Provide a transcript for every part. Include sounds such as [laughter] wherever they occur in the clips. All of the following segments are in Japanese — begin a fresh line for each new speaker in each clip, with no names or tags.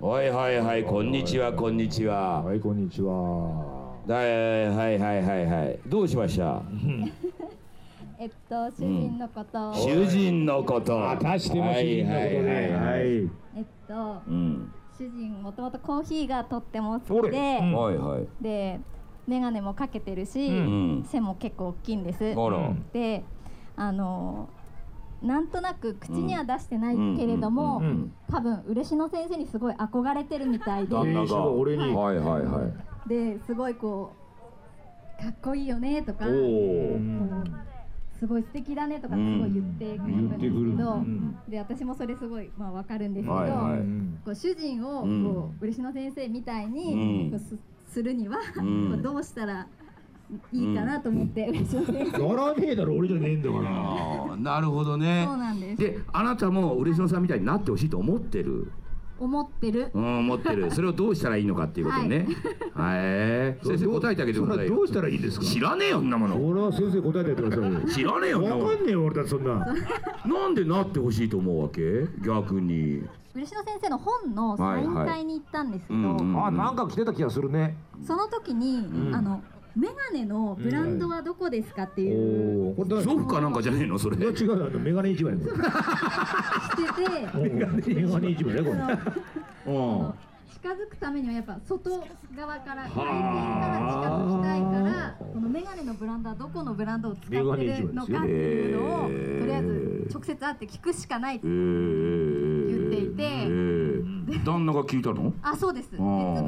はいはいはいこんにちはこんにちは
はいこんにちは
はいはいはいはいはいどうしました
えっと主人のことを、
囚人のこと
あ確かに主人のことね
はいはいはい
はい
えっと
うん
主人もともとコーヒーがとっても
お
好き
れ
で、
うん
はいはい
で眼鏡もかけてるし、
ん
背も結構大きいんです。
あら
うん
であのなんとなく口には出してないけれども、
うんうんうんうん
多分嬉野先生にすごい憧れてるみたいで
旦那
店主
が
が俺に
はいはいはい
ですごいこうかっこいいよねとか
おお
すごい素敵だねとかすごい言ってくるんで
うん言って
すけど、
くるうん
で私もそれすごいまあわかるんですけど、
はいはい
こう主人をこう、
うん
嬉野先生みたいに
うん
こうすするには、
ん
こうどうしたらいいかなと思って、嬉野先生
やらねえだろ俺じゃねえんだから
あーなるほどね
そうなんです
であなたも嬉野さんみたいになってほしいと思ってる
思ってる
うん思って
[laughs]
るそれをどうしたらいいのかっていうことねはい先生答えてあげてください
それはど
よ
うしたらいいですか
知らねえよんなもの
俺は先生答えてやってくださいよ
知らねえよんなも
わかんねえよ俺だってそんな
のなんでなってほしいと思うわけ逆に
嬉野先生の本のサイン会に行ったんですけど、
はいはいうんうん
あなんか来てた気がするね
その時に、あのメガネのブランドはどこですかっていう、
おおこれだ
祖父かなんかじゃねえのそれ
いや違うよあのメガネ市場やねこ
してて。
れメガネ市場ねこれ
うん
近づくためにはやっぱ外側から回転から近づきたいからこのメガネのブランドはどこのブランドを使ってるのかっていうのをとりあえず直接会って聞くしかないって
えー
言っていて
えー旦那が聞いたの
あそうです別
ー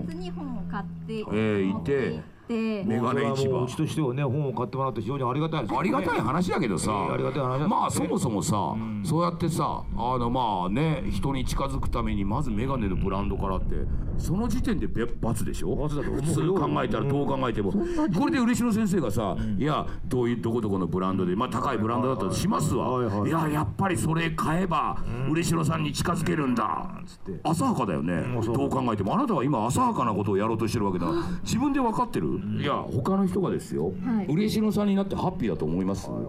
々に本を買ってい
ーいて
て
メガネ市場
もうそれはもううちとしてはね本を買ってもらって非常にありがたいです
ありがたい話だけどさ、
ええありがたい話だ
まあそもそもさ、そうやってさあのまあね人に近づくためにまず眼鏡のブランドからってその時点で別罰でしょ
罰だと思う
普通考えたらどう考えても、これで嬉野先生がさ、いやどういうどこどこのブランドでまあ高いブランドだったとしますわ、
はいいはい
ややっぱりそれ買えば嬉野さんに近づけるんだ、
つって
浅はかだよね、
そう
どう考えてもあなたは今浅はかなことをやろうとしてるわけだ自分で分かってる、いや他の人がですよ、
はい
嬉野さんになってハッピーだと思います、
うん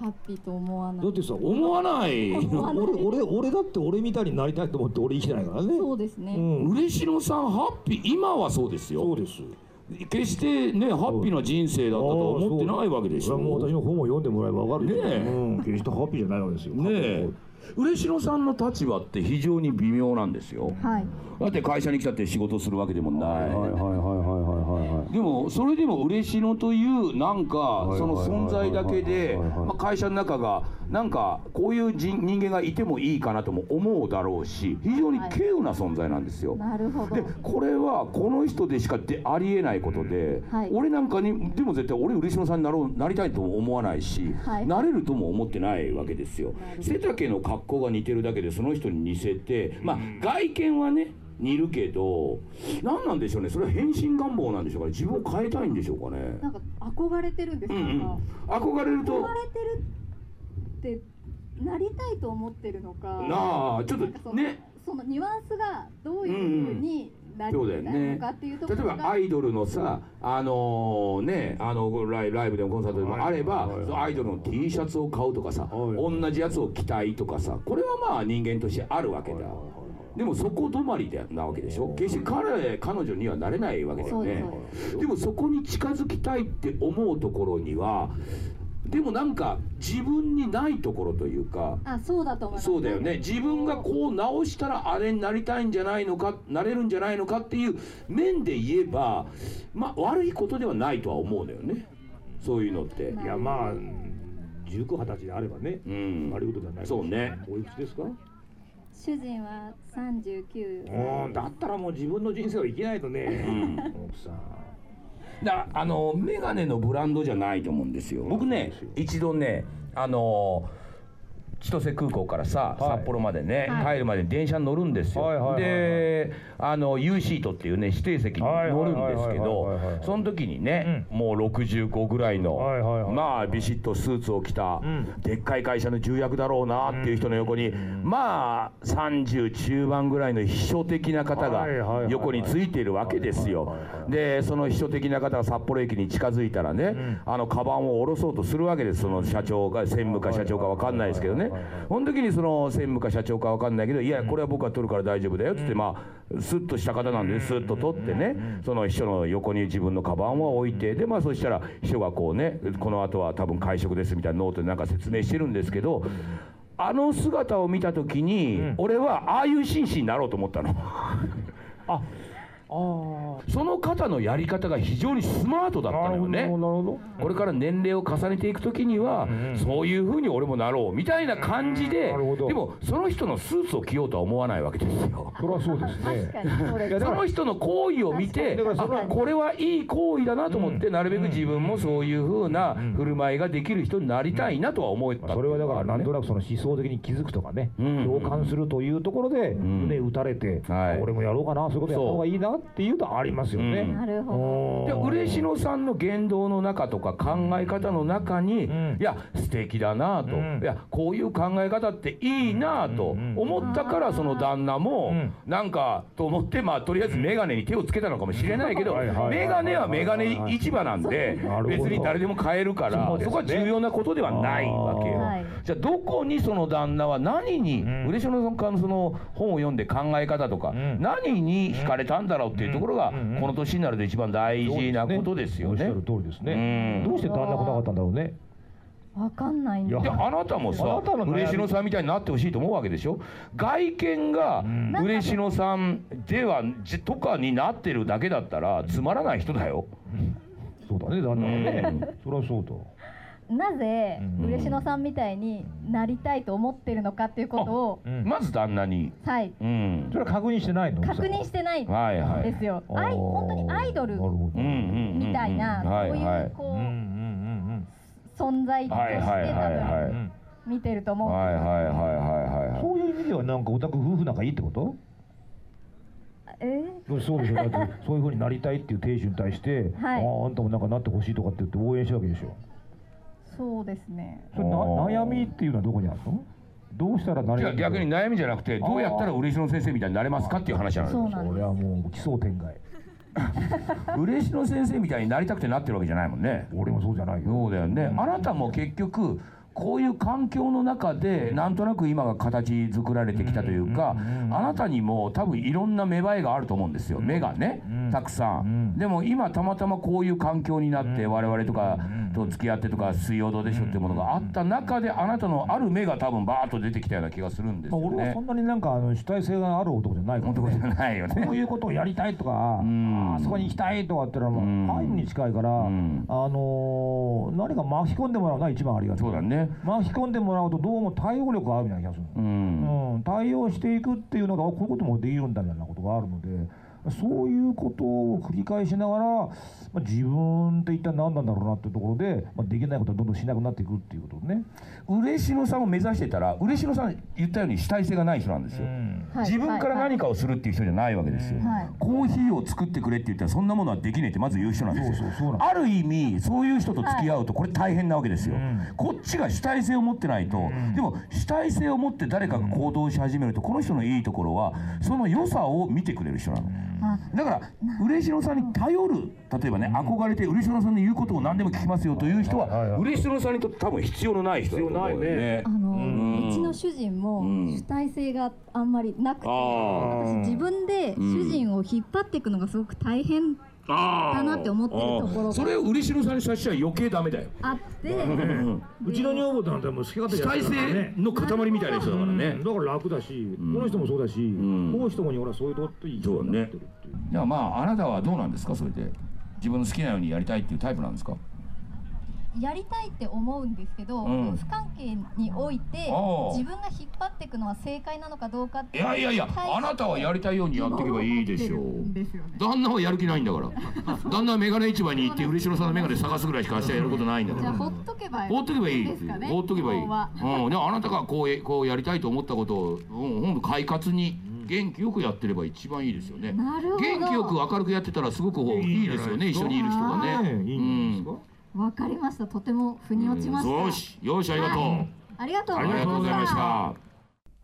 ハッピーと思わな
だってさ俺
思わない
俺俺俺だって俺みたいになりたいと思って俺生きてないからね
そうです
う
ね
ん
嬉野さんハッピー今はそうです
そ
よ
うです
決してねハッピーな人生だったとは思ってないわけでし
そ
ょ
れはもう私の本を読んでもらえばわかるよ
ねえ
うん決してハッピーじゃないわけですよ
ねえ嬉野さんの立場って非常に微妙なんですよ
はい
だって会社に来たって仕事するわけでもない、
はいはいはいはいはいはいはい。
でもそれでも嬉野というなんか
い
その存在だけ
はいはいは
で
いはい
まあ会社の中がなんかこういう人人間がいてもいいかなとも思うだろうし非常に稀有な存在なんですよ。
なるほど
でこれはこの人でしかでありえないことで、
はい
俺なんかにでも絶対俺嬉野さんになろうなりたいとも思わないし、
はい
なれるとも思ってないわけですよ背丈の格好が似てるだけでその人に似せてまあ外見はね似るけど何なんでしょうねそれは変身願望なんでしょうかね自分を変えたいんでしょうかね
なんか憧れてるんです
う
よ
んう
なん
ん
か
憧れると
憧れてるってなりたいと思ってるのか
なあちょ
なんか
っ
そ
と
の
ね
そのニュアンスがどういうふうになり
そうだ
た
よ
い
ね
のかっていうとこ
例え
ろが、
ばアイドルのさあのねあのライライブでもコンサートでもあれば
はいはいはい
そのアイドルの T シャツを買うとかさ
はいは
同じやつを着たいとかさこれはまあ人間としてあるわけだでもそこ止まりでなわけでしょ決して彼彼女にはなれないわけだよね
そう
でもそこに近づきたいって思うところにはでもなんか自分にないところというか
あそうだと思います
そうだよね自分がこう直したらあれになりたいんじゃないのかなれるんじゃないのかっていう面で言えばまあ悪いことではないとは思うのよねそういうのって
いやまあ19、20歳であればね
うん
悪いことではない
そうね
おいくつですか
主人は39
うんだったらもう自分の人生を生きないとね奥さん
だあのメガネのブランドじゃないと思うんですよ僕ね一度ねあの千歳空港から
は
さ、
い
札幌までね、
はい
帰るまでに電車に乗るんですよ、
はいはいはいはい
であの U シートっていうね指定席に乗るんですけ
はいはいはいはいはい
ど
はい
その時にね、もう65ぐらいの、
はいはいはい
まあビシッとスーツを着た、
ん
でっかい会社の重役だろうなっていう人の横に、まあ30中盤ぐらいの秘書的な方が
はいはいはいはい
横についているわけですよ
はいはいはいはい
でその秘書的な方が札幌駅に近づいたらね、あのカバンを下ろそうとするわけですその社長が専務か社長か分かんないですけどねその時にその専務か社長かわかんないけどいやこれは僕は取るから大丈夫だよっつってまあスッとした方なんでスッと取ってねその秘書の横に自分のカバンを置いてでまあそしたら秘書がこうねこの後は多分会食ですみたいなノートでなんか説明してるんですけど。あの姿を見た時に、俺はああいう紳士になろうと思ったの
あ
その方のやり方が非常にスマートだったのよね
なるほどなるほど
これから年齢を重ねていく時には、そういうふうに俺もなろうみたいな感じで、
なるほど
でもその人のスーツを着ようとは思わないわけですよ
あ、それはそうです
確か
ね。
にそれ
いやだ
そ
から
の人の行為を見て
だからそれは
あこれはいい行為だなと思って、なるべく自分もそういうふうな振る舞いができる人になりたいなとは思ったってい
そうれ
の
はだから
がある
な
ね
んとなくその思想的に気づくとかね、
うん
共感するというところで
ん
胸打たれて、
はい
俺もやろうかなそういうことやった方がいいなっていうのはありますよ
う
ね。
なるほど
で
うれし
嬉野さんの言動の中とか考え方の中に、
ん
いや素敵だなと、
うん
いやこういう考え方っていいなと思ったから、その旦那も、
うん
なんかと思ってまあとりあえず眼鏡に手をつけたのかもしれないけど
はいはいはいはい
眼鏡は眼鏡市場なんで
なるほど
別に誰でも買えるから
そ
そう
ですね
こは重要なことではないわけよ。
はい
じゃあどこにその旦那は何に、
ん
嬉野さんのその本を読んで考え方とか、
ん
何に惹かれたんだろうっていうところが、
うんうん
この年になると一番大事なことですよね
おっしゃ。る通りです
う
ね
ん。
どうして旦那来なかったんだろうね。
わかんないんだ
い
で
や
あなたもさ
あなたの悩み
嬉野さんみたいになってほしいと思うわけでしょ外見が嬉野さんではじとかになってるだけだったらつまらない人だよ。
そうだね旦那はね。そりゃそうだ。
なぜ
うん
嬉野さんみたいになりたいと思ってるのかっていうことを
うん
まず旦那に、
はい
うん
それは確認してないの。
確認してないん
はいはい
ですよ
あー
アイ本当にアイドル
なるほど。
うんうんうんうん
みたいな
はい
そう
は
いう
い
こ
うんうん
う存在とし
はい
て
はいはい
多
はい
うんうんうん。
分見てると思
はいうはいはいはいはい
そういう意味ではなんかオタク夫婦仲いいってこと？
えー
そうでしょ。だってそういう風になりたいっていう亭主に対して、
はい
あああんたもなんかなってほしいとかって言って応援したわけでしょ。
そうですね
それな悩みっていうのはどこにあるの？どうしたらなれ
じゃ
る
あ逆に悩みじゃなくてどうやったら嬉野先生みたいになれますかっていう話なの
そう
よ
なん
そ
で
れはもう奇想天外。
嬉野先生みたいになりたくてなってるわけじゃないもんね
俺もそうじゃないよ。
そうだよね、あなたも結局こういう環境の中でなんとなく今が形作られてきたというか、あなたにも多分いろんな芽生えがあると思うんですよ目がね、たくさん、でも今たまたまこういう環境になって我々とかと付き合ってとか水曜どうでしょうっていうものがあった中であなたのある目が多分バーッと出てきたような気がするんです
まあ、
よね。
俺はそんなになんかあの主体性がある男じゃないから、
男じゃ
ね。
ないよね
こういうことをやりたいとか、
ん
あそこに行きたいとかってのは
うん
もう、皆無に近いから、
ん
あのー何か巻き込んでもらうのが一番ありがた
そ。
いう
だね
巻き込んでもらうとどうも対応力があるような気がするの、
うん
うん、対応していくっていうのがあこういうこともできるんだみたいなことがあるのでそういうことを繰り返しながら、まあ、自分って一体何なんだろうなっていうところで、まあ、できないことはどんどんしなくなっていくっていうことね。
嬉野さんを目指してたら嬉野さん言ったように主体性がない人なんですよ、
すはい
自分から
はい
何かをするっていう人じゃないわけですよ、
はい
コーヒーを作ってくれって言ったらそんなものはできねえってまず言う人なんですよ
そうそうそうなんで
ある意味そういう人と付き合うとこれ大変なわけですよ、こっちが主体性を持ってないと、でも主体性を持って誰かが行動し始めるとこの人のいいところはその良さを見てくれる人なの、
あ
だから嬉野さんに頼る例えばね憧れて嬉野さんの言うことを何でも聞きますよという人
はいはい
は
は
い嬉野さんにとって多分必要のない人だと思うよ
必要ない
ね
あ。
ん
のうちの主人も
うん
主体性があんまりなくて
あー
私自分で主人を引っ張っていくのがすごく大変
あー
だなって思ってるところが
それを嬉野さんにさせちゃ余計ダメだよ。
あって
うちの女房なんてもう好き勝手
主
やって
体
るから
性
ね
の塊みたいな人だからね
うん。だから楽だし、この人もそうだし、
ん
こう人もに俺はそういうとこといい
そうだね
なってるっていう
じゃあまああなたはどうなんですかそれで自分の好きなようにやりたいっていうタイプなんですか。
やりたいって思うんですけど、
うん
夫婦関係において
ああ
自分が引っ張っていくのは正解なのかどうかって
いやいやいやあなたはやりたいようにやっていけばいいでしょう。
ですよね
旦那はやる気ないんだから。旦那はメガネ市場に行って嬉野さんのメガネ探すぐらいしか明日やることないんだか
じゃあ
ら。
ほっとけば
放っとけばいい
ですかね
放っとけばいい、
基本は
うん、でもあなたがこうえこうやりたいと思ったことを、うん、ほんと快活に元気よくやってれば一番いいですよね
なるほど
元気よく明るくやってたらすごくいいですよね一緒にいる人がね
ねいいんじゃないですか、
わかりましたとても腑に落ちました、
よしよしありがとう、
ありがとうございま
ありが
し
とう
た
ございました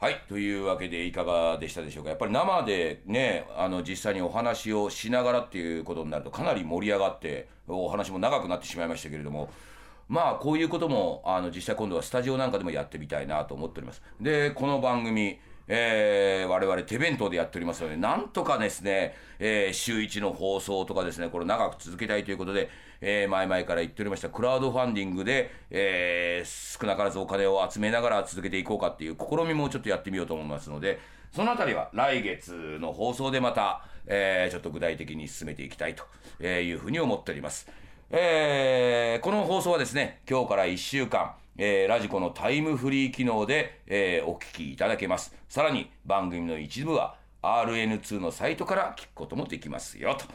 はいというわけでいかがでしたでしょうかやっぱり生でねあの実際にお話をしながらっていうことになるとかなり盛り上がってお話も長くなってしまいましたけれどもまあこういうこともあの実際今度はスタジオなんかでもやってみたいなと思っておりますでこの番組えー我々手弁当でやっておりますので、なんとかですね、えー週1の放送とかですね、これ長く続けたいということで、えー前々から言っておりました、クラウドファンディングで、えー少なからずお金を集めながら続けていこうかっていう試みもちょっとやってみようと思いますので、そのあたりは来月の放送でまた、えーちょっと具体的に進めていきたいとえーいうふうに思っております。えーこの放送はですね、今日から1週間、えーラジコのタイムフリー機能で、えーお聞きいただけます。さらに番組の一部は RN2 のサイトから聞くこともできますよ。と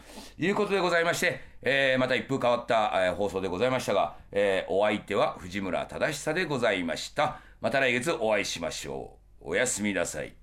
いうことでございまして、えーまた一風変わった、えー放送でございましたが、えーお相手は藤村忠久でございました。また来月お会いしましょう。おやすみなさい。